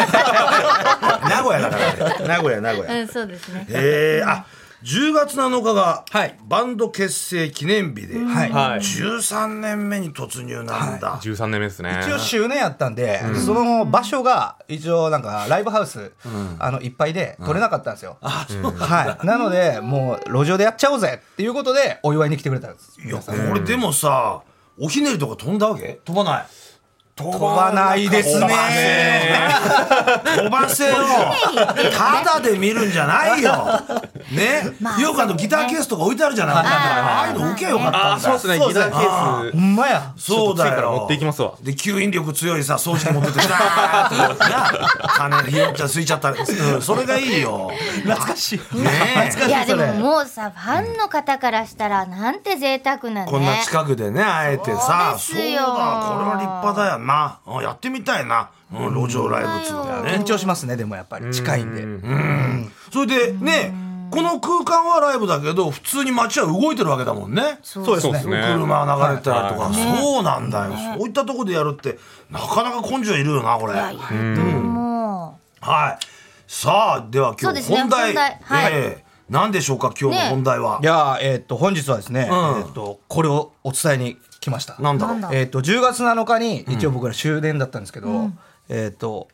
屋だからね名古屋名古屋うん、そうですね。えー、あ10月7日がはいバンド結成記念日で、はいはい。 13年目に突入なんだ、十三年目ですね。一応周年やったんで、その場所が一応なんかライブハウス、あのいっぱいで取れなかったんですよ、はい、なのでもう路上でやっちゃおうぜっていうことでお祝いに来てくれたんですい、やこれでもさおひねりとか飛んだわけ飛ばない飛飛ばないですねばせ飛ばせよただで見るんじゃないよね、まあよくあのギターケースとか置いてあるじゃない、はいああいうの受けよかったんだよあー、そうですね。そうギですねターケーほんまやス。ちょそっうとだ次からよ持っていきますわ。で吸引力強いさ掃除機持ってってダーッとな金ひよっちゃんすいちゃった、うん、それがいいよ懐かしい、ね懐いかやしいそでれももうさファンの方からしたらなんて贅沢なね こんな近くでね会えてさそそううですよだこれは立派だよなうんやってみたいな、うん、路上ライブっつうのは緊ね張しますねでもやっぱり近いんでそれでねこの空間はライブだけど普通に街は動いてるわけだもんねそうですそうでねすね。車が流れたりとか、はいそうなんだよ、そういったとこでやるってなかなか根性いるよなこれいやいやもはいさあではそう今で日すね本題本題はいえー何でしょうか今日の本題は、いやーえーっと本日はですね、うんえーっとこれをお伝えに来ましたなんだなろうんだえー、と10月7日に一応僕ら終電だったんですけど、えっ、と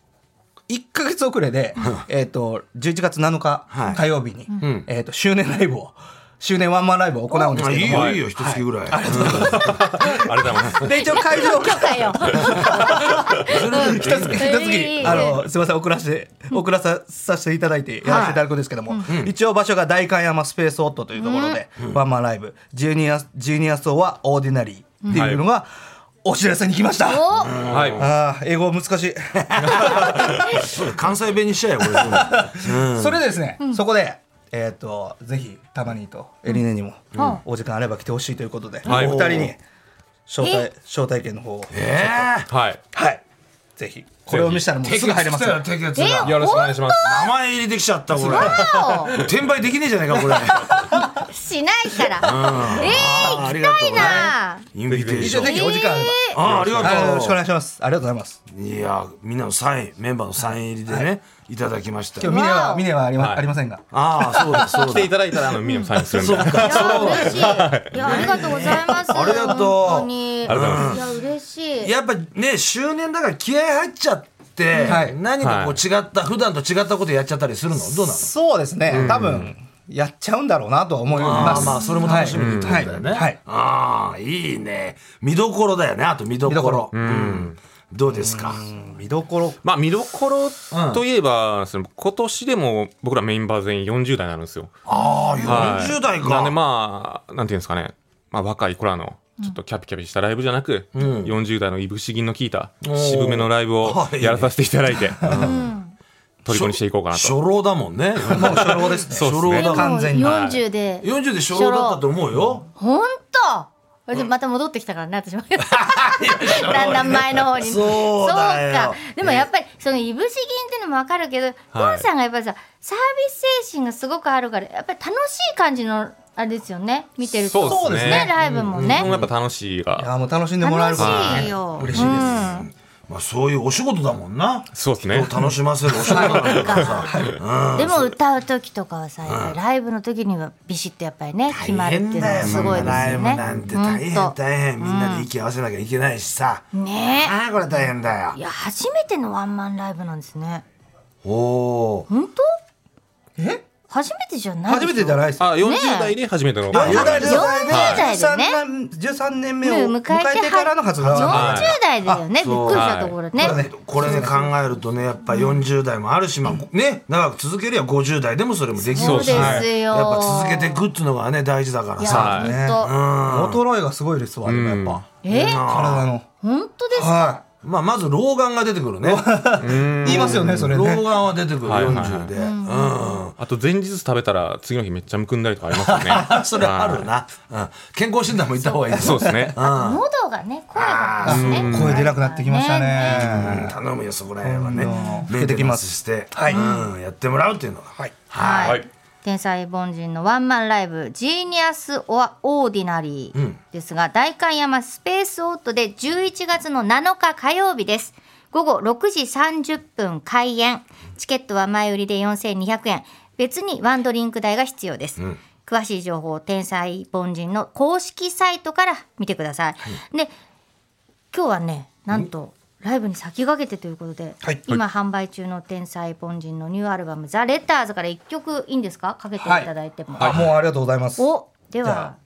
1か月遅れで、えー、と11月7日はい火曜日に、えー、と周年ライブを周年ワンマンライブを行うんですあけいどいもよいいよ一月ぐらい、ありがとうございます。で一応会場かうだよ一つ一いい月あのすみません遅らせ遅らささせていただいてやらせていただくんですけども、一応場所が代官山スペースオットというところで、ワンマンライブジュニアジュニア層はオーディナリーっていうのが、お知らせに来ました。あおはい。あー英語難しい。関西弁にしちゃえよこれでもそれでですね、そこで、えっ、と、ぜひ、たまにと、エリネにも、お時間あれば来てほしいということで、はいお二人に。招え待、招待券の方を、えーはい。はい、ぜひ、これを見せたら、もうすぐ入れますよ。テケツえがよろしくお願いします。名前入りできちゃったこれわ転売できねえじゃないかこ れおしないからえーありがとうねなインビテー一ショ応、ぜンひ、お時間あれば。あありがあよろしくおと願いします。ありがとうございます。ういやみんなのサインメンバーのサイン入りでねいただきました今日、ミネわは、おミネはありま、はいありませんが。ああそうだそう来ていだただいたらあのミニもサインするんで。ありいや嬉しいいやありがとうございますありがとう本当にいがとうございます。や嬉しいやっぱね周年だから気合入っちゃってはい何かこう違った普段と違ったことやっちゃったりするのどうなのそうですね、多分、やっちゃうんだろうなとは思いあます。あまあそれも楽しみにってことだよね、はいはいああいいね見どころだよねあと見どころ見どころうんどうですか見どころ。まあ見どころといえば、その今年でも僕らメンバー全員40代になるんですよ。ああはい40代か、なんでまあなんていうんですかね、まあ若い子らのちょっとキャピキャピしたライブじゃなく、40代のいぶし銀の効いたおー渋めのライブをはいやらさせていただいて、虜にしていこうかな初と。老だもんね もう初老ですね。そうですね初老でだ完全に。も40で40で初老だったと思うよ本当これでまた戻ってきたからね私もだんだん前の方にそうだよそうかでもやっぱりそのいぶし銀っていうのもわかるけどポンさんがやっぱりさサービス精神がすごくあるからやっぱり楽しい感じのあれですよね見てるとそうですねライブも僕もねやっぱ楽しいいが。や、もう楽しんでもらえ楽るから、しね。いよ嬉しいです。まあ、そういうお仕事だもんな。そうですね人を楽しませるお仕事 だからさ。でも歌う時とかはさ、やっぱりライブの時にはビシッとやっぱりね決まるっていうのはすごいですライよブね。なんて大ほ変んと大変。みんなで息合わせなきゃいけないしさ。ねえああ、これ大変だよい。や初めてのワンマンライブなんですね。おおー。本当？え初めてじゃないでしょ。初めてじゃないですよあ、40代で初めての。 40代ですよ40代でね13年13年目ねを迎え迎てはえてからの活動なんで40代だよね。びっくりしたところね。はいねこれね考えるとねやっぱ40代もあるし、まあね長く続けりゃ50代でもそれもできそるうし、ですよはいやっぱ続けていくっていうのがね大事だからいやさ。はい本衰えがすごいですわでもやっぱ当。え体の本当ですか。はまあまず老眼が出てくる ね。い言いますよねそれ老眼ねは出てくるはいはいはい40で。うん。あと前日食べたら次の日めっちゃむくんだりとかありますよね。 それはあるな。うん。健康診断も行った方がいいよ。そうですね。喉がね声がですね。声出なくなってきましたねうん頼むよそこら辺はねうん。メンテナンスして、うんやってもらうっていうのが。はいはい。はい天才凡人のワンマンライブ「ジーニアス・オア・オーディナリー」ですが、代官山スペースオートで11月の7日火曜日です午後6時30分開演チケットは前売りで4200円別にワンドリンク代が必要です、詳しい情報を天才凡人の公式サイトから見てください、で今日はねなんとライブに先駆けてということで、はい今販売中の天才凡人のニューアルバム「ザ・レターズから一曲いいんですかかけていただいても、あもうありがとうございますおでじゃはあ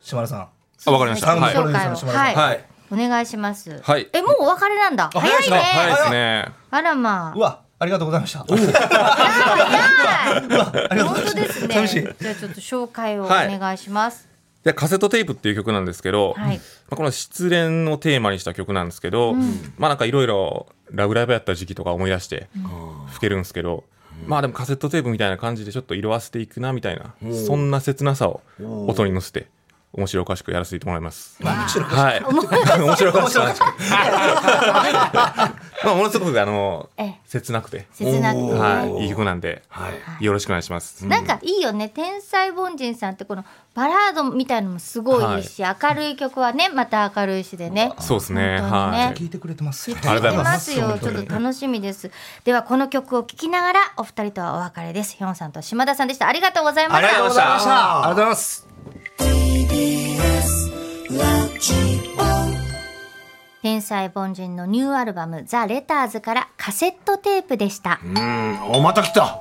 島田さんあ、わかりました。あのはい。プはロデューサーの紹島介田さんをははいいお願いしますはいえもうお別れなんだ早いねいですね。あらまうわありがとうございましたあ早あいりがとう本ご当ざいでますすね寂しいじゃあちょっと紹介をおはい願いしますで、カセットテープっていう曲なんですけど、はいまあこの失恋をテーマにした曲なんですけど、まあなんかいろいろラブライブやった時期とか思い出して吹けるんですけど、まあでもカセットテープみたいな感じでちょっと色あせていくなみたいな、そんな切なさを音に乗せて、面白おかしくやらせてもらいます。面白はい。 面白おかしく。まあものすごくあのええ、切なくて、切なくてねはい、いい曲なんで、はい。よろしくお願いします。なんかいいよね天才凡人さんってこのバラードみたいのもすごいいいし、明るい曲はねまた明るいしでねそうですね。本当にねはい。聞いてくれてますよありがとうございますよちょっと楽しみですではこの曲を聴きながらお二人とはお別れですヒョンさんと島田さんでしたありがとうございまありがしとうたございました。ありがとうございます天才凡人のニューアルバム「ザ・レターズからカセットテープでしたようん。おまた来た。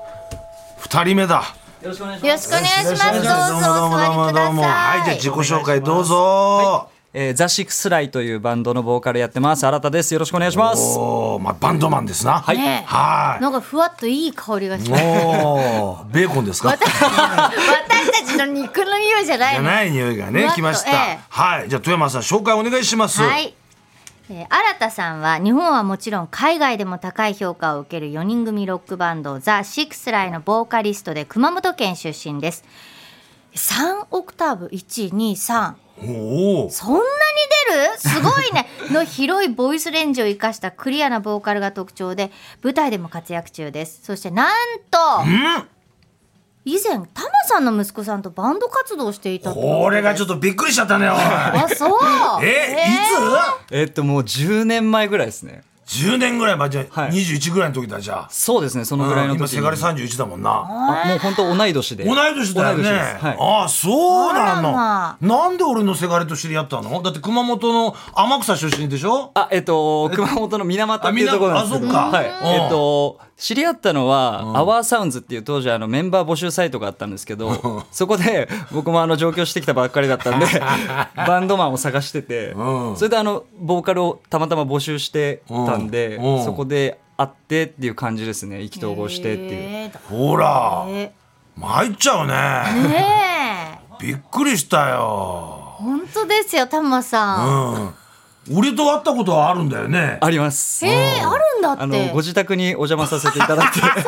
二人目だ。ろしくお願いしますどうぞどうもどうおもどう座りもくどうだも。はい、じゃあさ自い己紹介どうぞ。えー、ザ・シックスライというバンドのボーカルやってます新田ですよろしくお願いしますおお、まあバンドマンですな。はいねえはなんかふわっといい香りがしい。ますおお、 ベーコンですか。 私たちの肉の匂いじゃなじいゃのない匂いがふわねっときました、ええはいじゃあ富山さん紹介お願いしますはい。えー新田さんは日本はもちろん海外でも高い評価を受ける4人組ロックバンドザ・シックスライのボーカリストで熊本県出身です3オクターブ123おおそんなに出るすごい ねの広いボイスレンジを生かしたクリアなボーカルが特徴で舞台でも活躍中ですそしてなんと以前タマさんの息子さんとバンド活動をしていたというこれがちょっとびっくりしちゃったねおいあそうえいえーっともう10年前ぐらいですねつ10年ぐらい前じゃあはい21ぐらいの時だじゃあそうですねそのぐらいうんの今時せに、がれ31だもんなあもう本当同い年で同い年だよね同い年ですはいああそうなの、あらまなんで俺のせがれと知り合ったのだって熊本の天草出身でしょあえっと熊本の水俣っていうところなんですけどあはい水俣あそっかうんえっと知り合ったのは、アワーサウンズっていう当時あのメンバー募集サイトがあったんですけどそこで僕もあの上京してきたばっかり だったんでバンドマンを探してて、それであのボーカルをたまたま募集してたんで、うんうんそこで会ってっていう感じですね意気投合してっていう。えーだほらえ参っちゃうねねえびっくりしたよ本当ですよタマさん、うん俺と会ったことはあるんだよねあります。えー、あるんだってあのご自宅にお邪魔させていただいて、は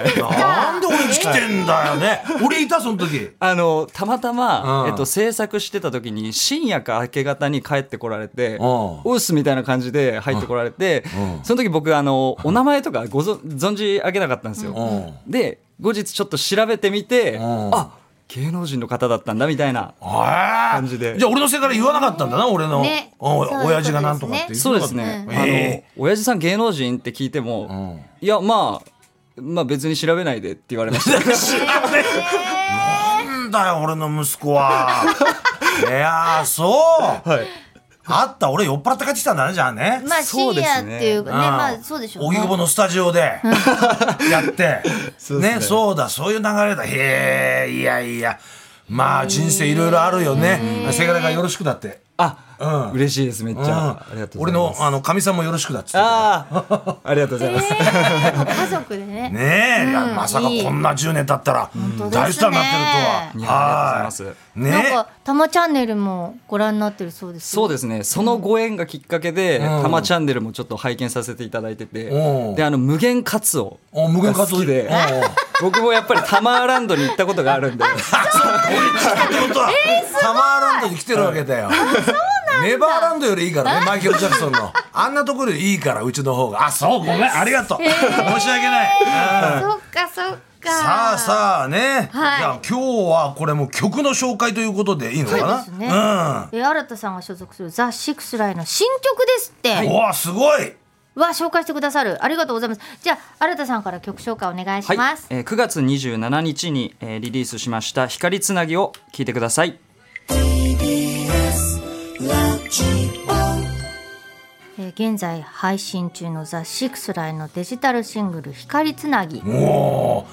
い、なんで俺来てんだよね。俺いたその時。あのたまたま、うんえっと、制作してた時に深夜か明け方に帰ってこられて、んオースみたいな感じで入ってこられて、その時僕あのお名前とかごぞ存じ上げなかったんですよ、で後日ちょっと調べてみて、あ芸能人の方だったんだみたいな感じでじゃあ俺のせいから言わなかったんだな俺の、ねあおそういうこと親父がなんとかってです言そうなかでったすね、えあの親父さん芸能人って聞いても、いやまあまあ別に調べないでって言われました なんだよ俺の息子 はいやーそう、あった俺酔っ払って帰ってきたんだねじゃあね、まあそ深うですね夜っていうかねああまあそうでしょう荻ね窪のスタジオでや ってうですねそうだそういう流れだへえいやいやまあ人生いろいろあるよねせがれがよろしくだってあ、嬉しいですめっちうんゃ、ありがとうご俺ざいまのすあのかみさんもよろしくだっつってた ああありがとうございます、えー家族でね ねえいやまさかいいこんな10年経ったら当ですね大スターになってるとははありがとういございねなんか「たまチャンネル」もご覧になってるそうですよそうですねそのご縁がきっかけで「たまチャンネル」もちょっと拝見させていただいててうんであの無限カツオお無限が活好動きで僕もやっぱりタマーランドに行ったことが あるんでってことは、タマーランドに来てるわけだよ。ネバーランドよりいいからね、マイケル・ジャクソンの。あんなところよりいいから、うちの方が。あ、そう、ごめん、ありがとう。申し訳ない。うんそっかそっかさあさあね、はいじゃあ今日はこれもう曲の紹介ということでいいのかなそうですねえ新田さんが所属するザ・シックスライの新曲ですって、うん。うわ、すごいわ紹介してくださるありがとうございますじゃあ新田さんから曲紹介お願いします、えー9月27日に、えーリリースしました「光つなぎ」を聴いてください TBS ラジオえー現在配信中のザ・シックスライのデジタルシングル「光つなぎ」おー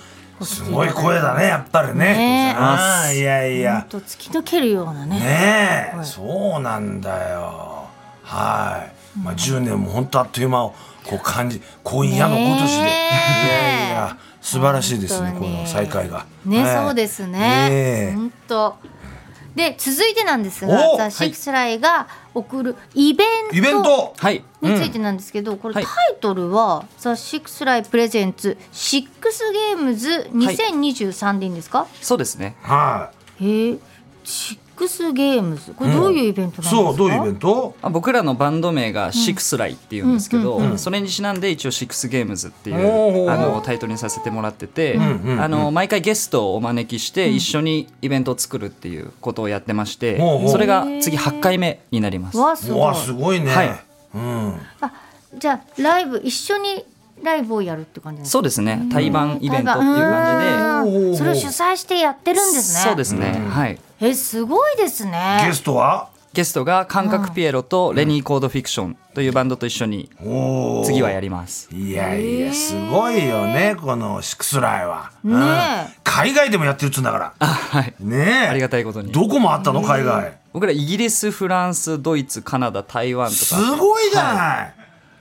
すごい声だね、やっぱりねね。えああいやいや。と突き抜けるようなねねえ、そうなんだよはい、まあ、10年も本当あっという間をこう感じ今夜の今年で、ねえいやいや素晴らしいですね本当こにの再会がね、はいそうですねねえ本当で続いてなんですおがザ・シックスライが送るイベインベントトはいについてなんですけど、これタはイいトルは「ザ・シックスライプレゼンツシックスゲームズ2023」でいいんですか、そうですねはへえシックスゲームズこれどういうイベントなんですか、いそうどういうイベントあ僕らのバンド名が「シックスライ」っていうんですけど、それにちなんで一応「シックスゲームズ」っていう、おーあのタイトルにさせてもらってて、んうんあの毎回ゲストをお招きして一緒にイベントを作るっていうことをやってまして、おうおうそれが次8回目になります。わあすうごわいすごいね、はいうんあじゃあライブ一緒にライブをやるって感じなんですかそうですね対バンイベントっていう感うじでんそれを主催してやってるんじでで、すねそうですね、はいえすごいですねゲストはゲストが「感覚ピエロ」と「レニー・コード・フィクション」というバンドと一緒におー次はやります。いやいやすごいよねこのシックスライは、うんねえ海外でもやってるっつうんだからあはいねえありがたいことにどこもあったの海外、僕らイギリスフランスドイツカナダ台湾とすかごいじゃない、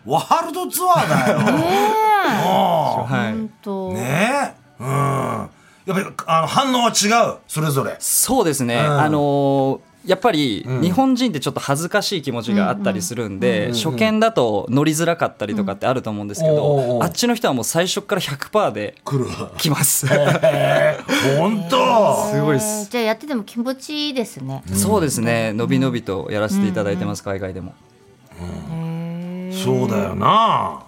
ワールドツアーだよ。もはい本当、うねえ、うん。やっぱりあの反応は違うそれぞれ。そうですね、あのーやっぱり日本人ってちょっと恥ずかしい気持ちがあったりするんで、初見だと乗りづらかったりとかってあると思うんですけうんおうおど、うあっちの人はもう最初から100%で来る。来ます、本当。すごいっえーすじゃあやってても気持ちいいですね、 そうですね伸び伸びとやらせていただいてます、海外でもそうだよな。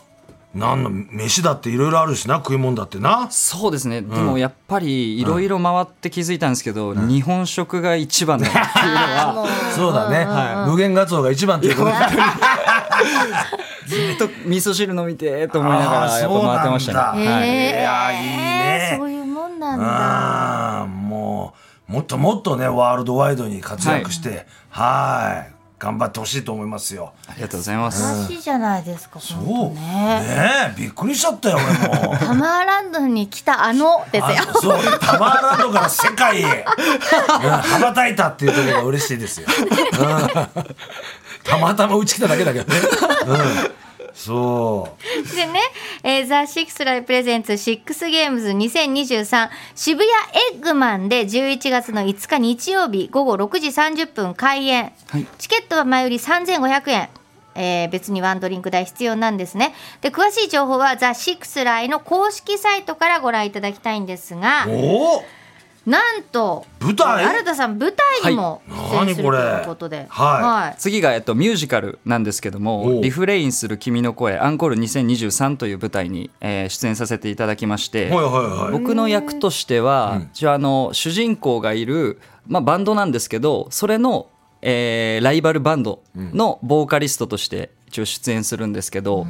なんの飯だっていろいろあるしな食い物だってな。そうですね、でもやっぱりいろいろ回って気づいたんですけど、日本食が 一番だなっていうのはそうだね。無限ガツオが一番 っていうことだ。ずっと味噌汁飲みてーと思いながらやっぱ回ってましあたーそうねなんだはいいやいいねそういうもんなんだああもうもっともっとねワールドワイドに活躍して、はい、頑張ってほしいと思いますよ。ありがとうございます、楽しいじゃないですかそう本当ねねえびっくりしちゃったよ俺も。タマーランドに来たあのですよあそう、タマーランドから世 界へ、うん羽ばたいたっていうところが嬉しいですよ。うんたまたまうち来ただけだけどね。うん、そでね、えー、ザ・シックスライプレゼンツシックスゲームズ2023渋谷エッグマンで11月の5日日曜日午後6時30分開演、はいチケットは前売り3500円えー別にワンドリンク代必要なんですねで詳しい情報はザ・シックスライの公式サイトからご覧いただきたいんですがう。おお、なんと舞台新田さん舞台にも出演するということで、何これはい次が、えっと、ミュージカルなんですけどおも「うリフレインする君の声アンコール2023」という舞台に、えー出演させていただきまして、はいはいはい。僕の役としては、一応あの主人公がいる、まあ、バンドなんですけどそれの、えーライバルバンドのボーカリストとして一応出演するんですけど、こ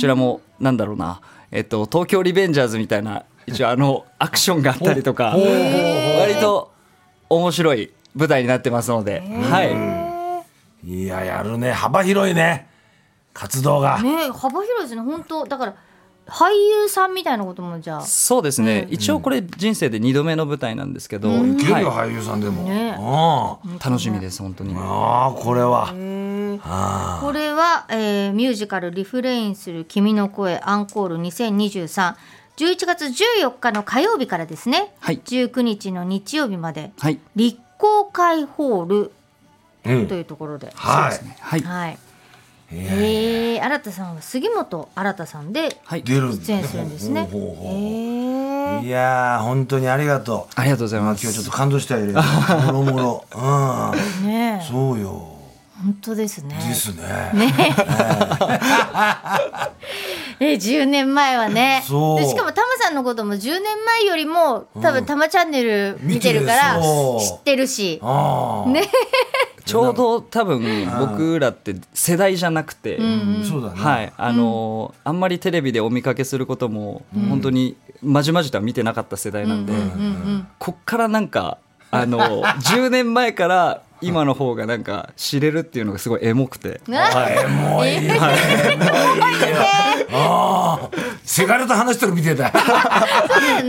ちらもなんだろうな、えっと、東京リベンジャーズみたいな一応 あのアクションがあったりとか割と面白い舞台になってますので、はい、いや、やるね。幅広いね。活動が。ねえ幅広いですね本当だから俳優さんみたいなこともじゃあそうですね、一応これ人生で2度目の舞台なんですけど、いけるよ、は俳優さんでも。ねうんい、楽しみです本当に。ああ、これは。これは、えーミュージカル「リフレインする君の声アンコール2023」11月14日の火曜日からですね、はい19日の日曜日まで、はい立候会ホールうんというところで、はい。はいはい。ええ新田さんは杉本新さんではい出る。出演するんですね。ほうほうほうええいやー、本当にありがとう。ありがとうござい今ま日ちょす。っと感動したよ。いろいろもろもろ。うん。ねえそうよ。本当ですね。ですね。え10年前はね。そうでしかもタマさんのことも10年前よりも多分タマチャンネル見てるから見てるそう知ってるし。ああ。ね。ちょうど多分僕らって世代じゃなくて、そうだね。はい、あのーあんまりテレビでお見かけすることも本当にまじまじとは見てなかった世代なんで、こっからなんかあのー 10年前から今の方がなんか知れるっていうのがすごいエモくて。 もういいよ。もういいよ。ああ。せがれと話してるみてえだ。ね。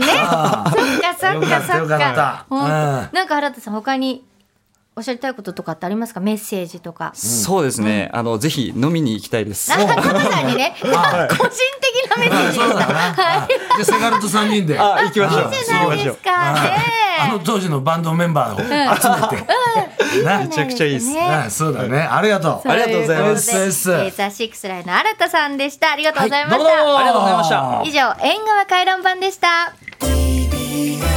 そっかそっよかかっそたっよかったか。本当うなんか新田さん他におっしゃりたいこととかってありますかメッセージとか。そうですね、あのぜひ飲みに行きたいです。なんかタマさんにね個人的なメッセージでした。じゃあせがれと三人で。あ行きましょう。いいじゃないですか。ねえあの当時のバンドメンバーを集めて。なめちゃくちゃいいです。ああそうだね。ありがとう。ありがとうございますそうですそうえでーすザ・シックスラインの新田さんでした。ありがとうございまどしうもどうもた。ありがとうございました。以上、縁側回覧版でした。 TBS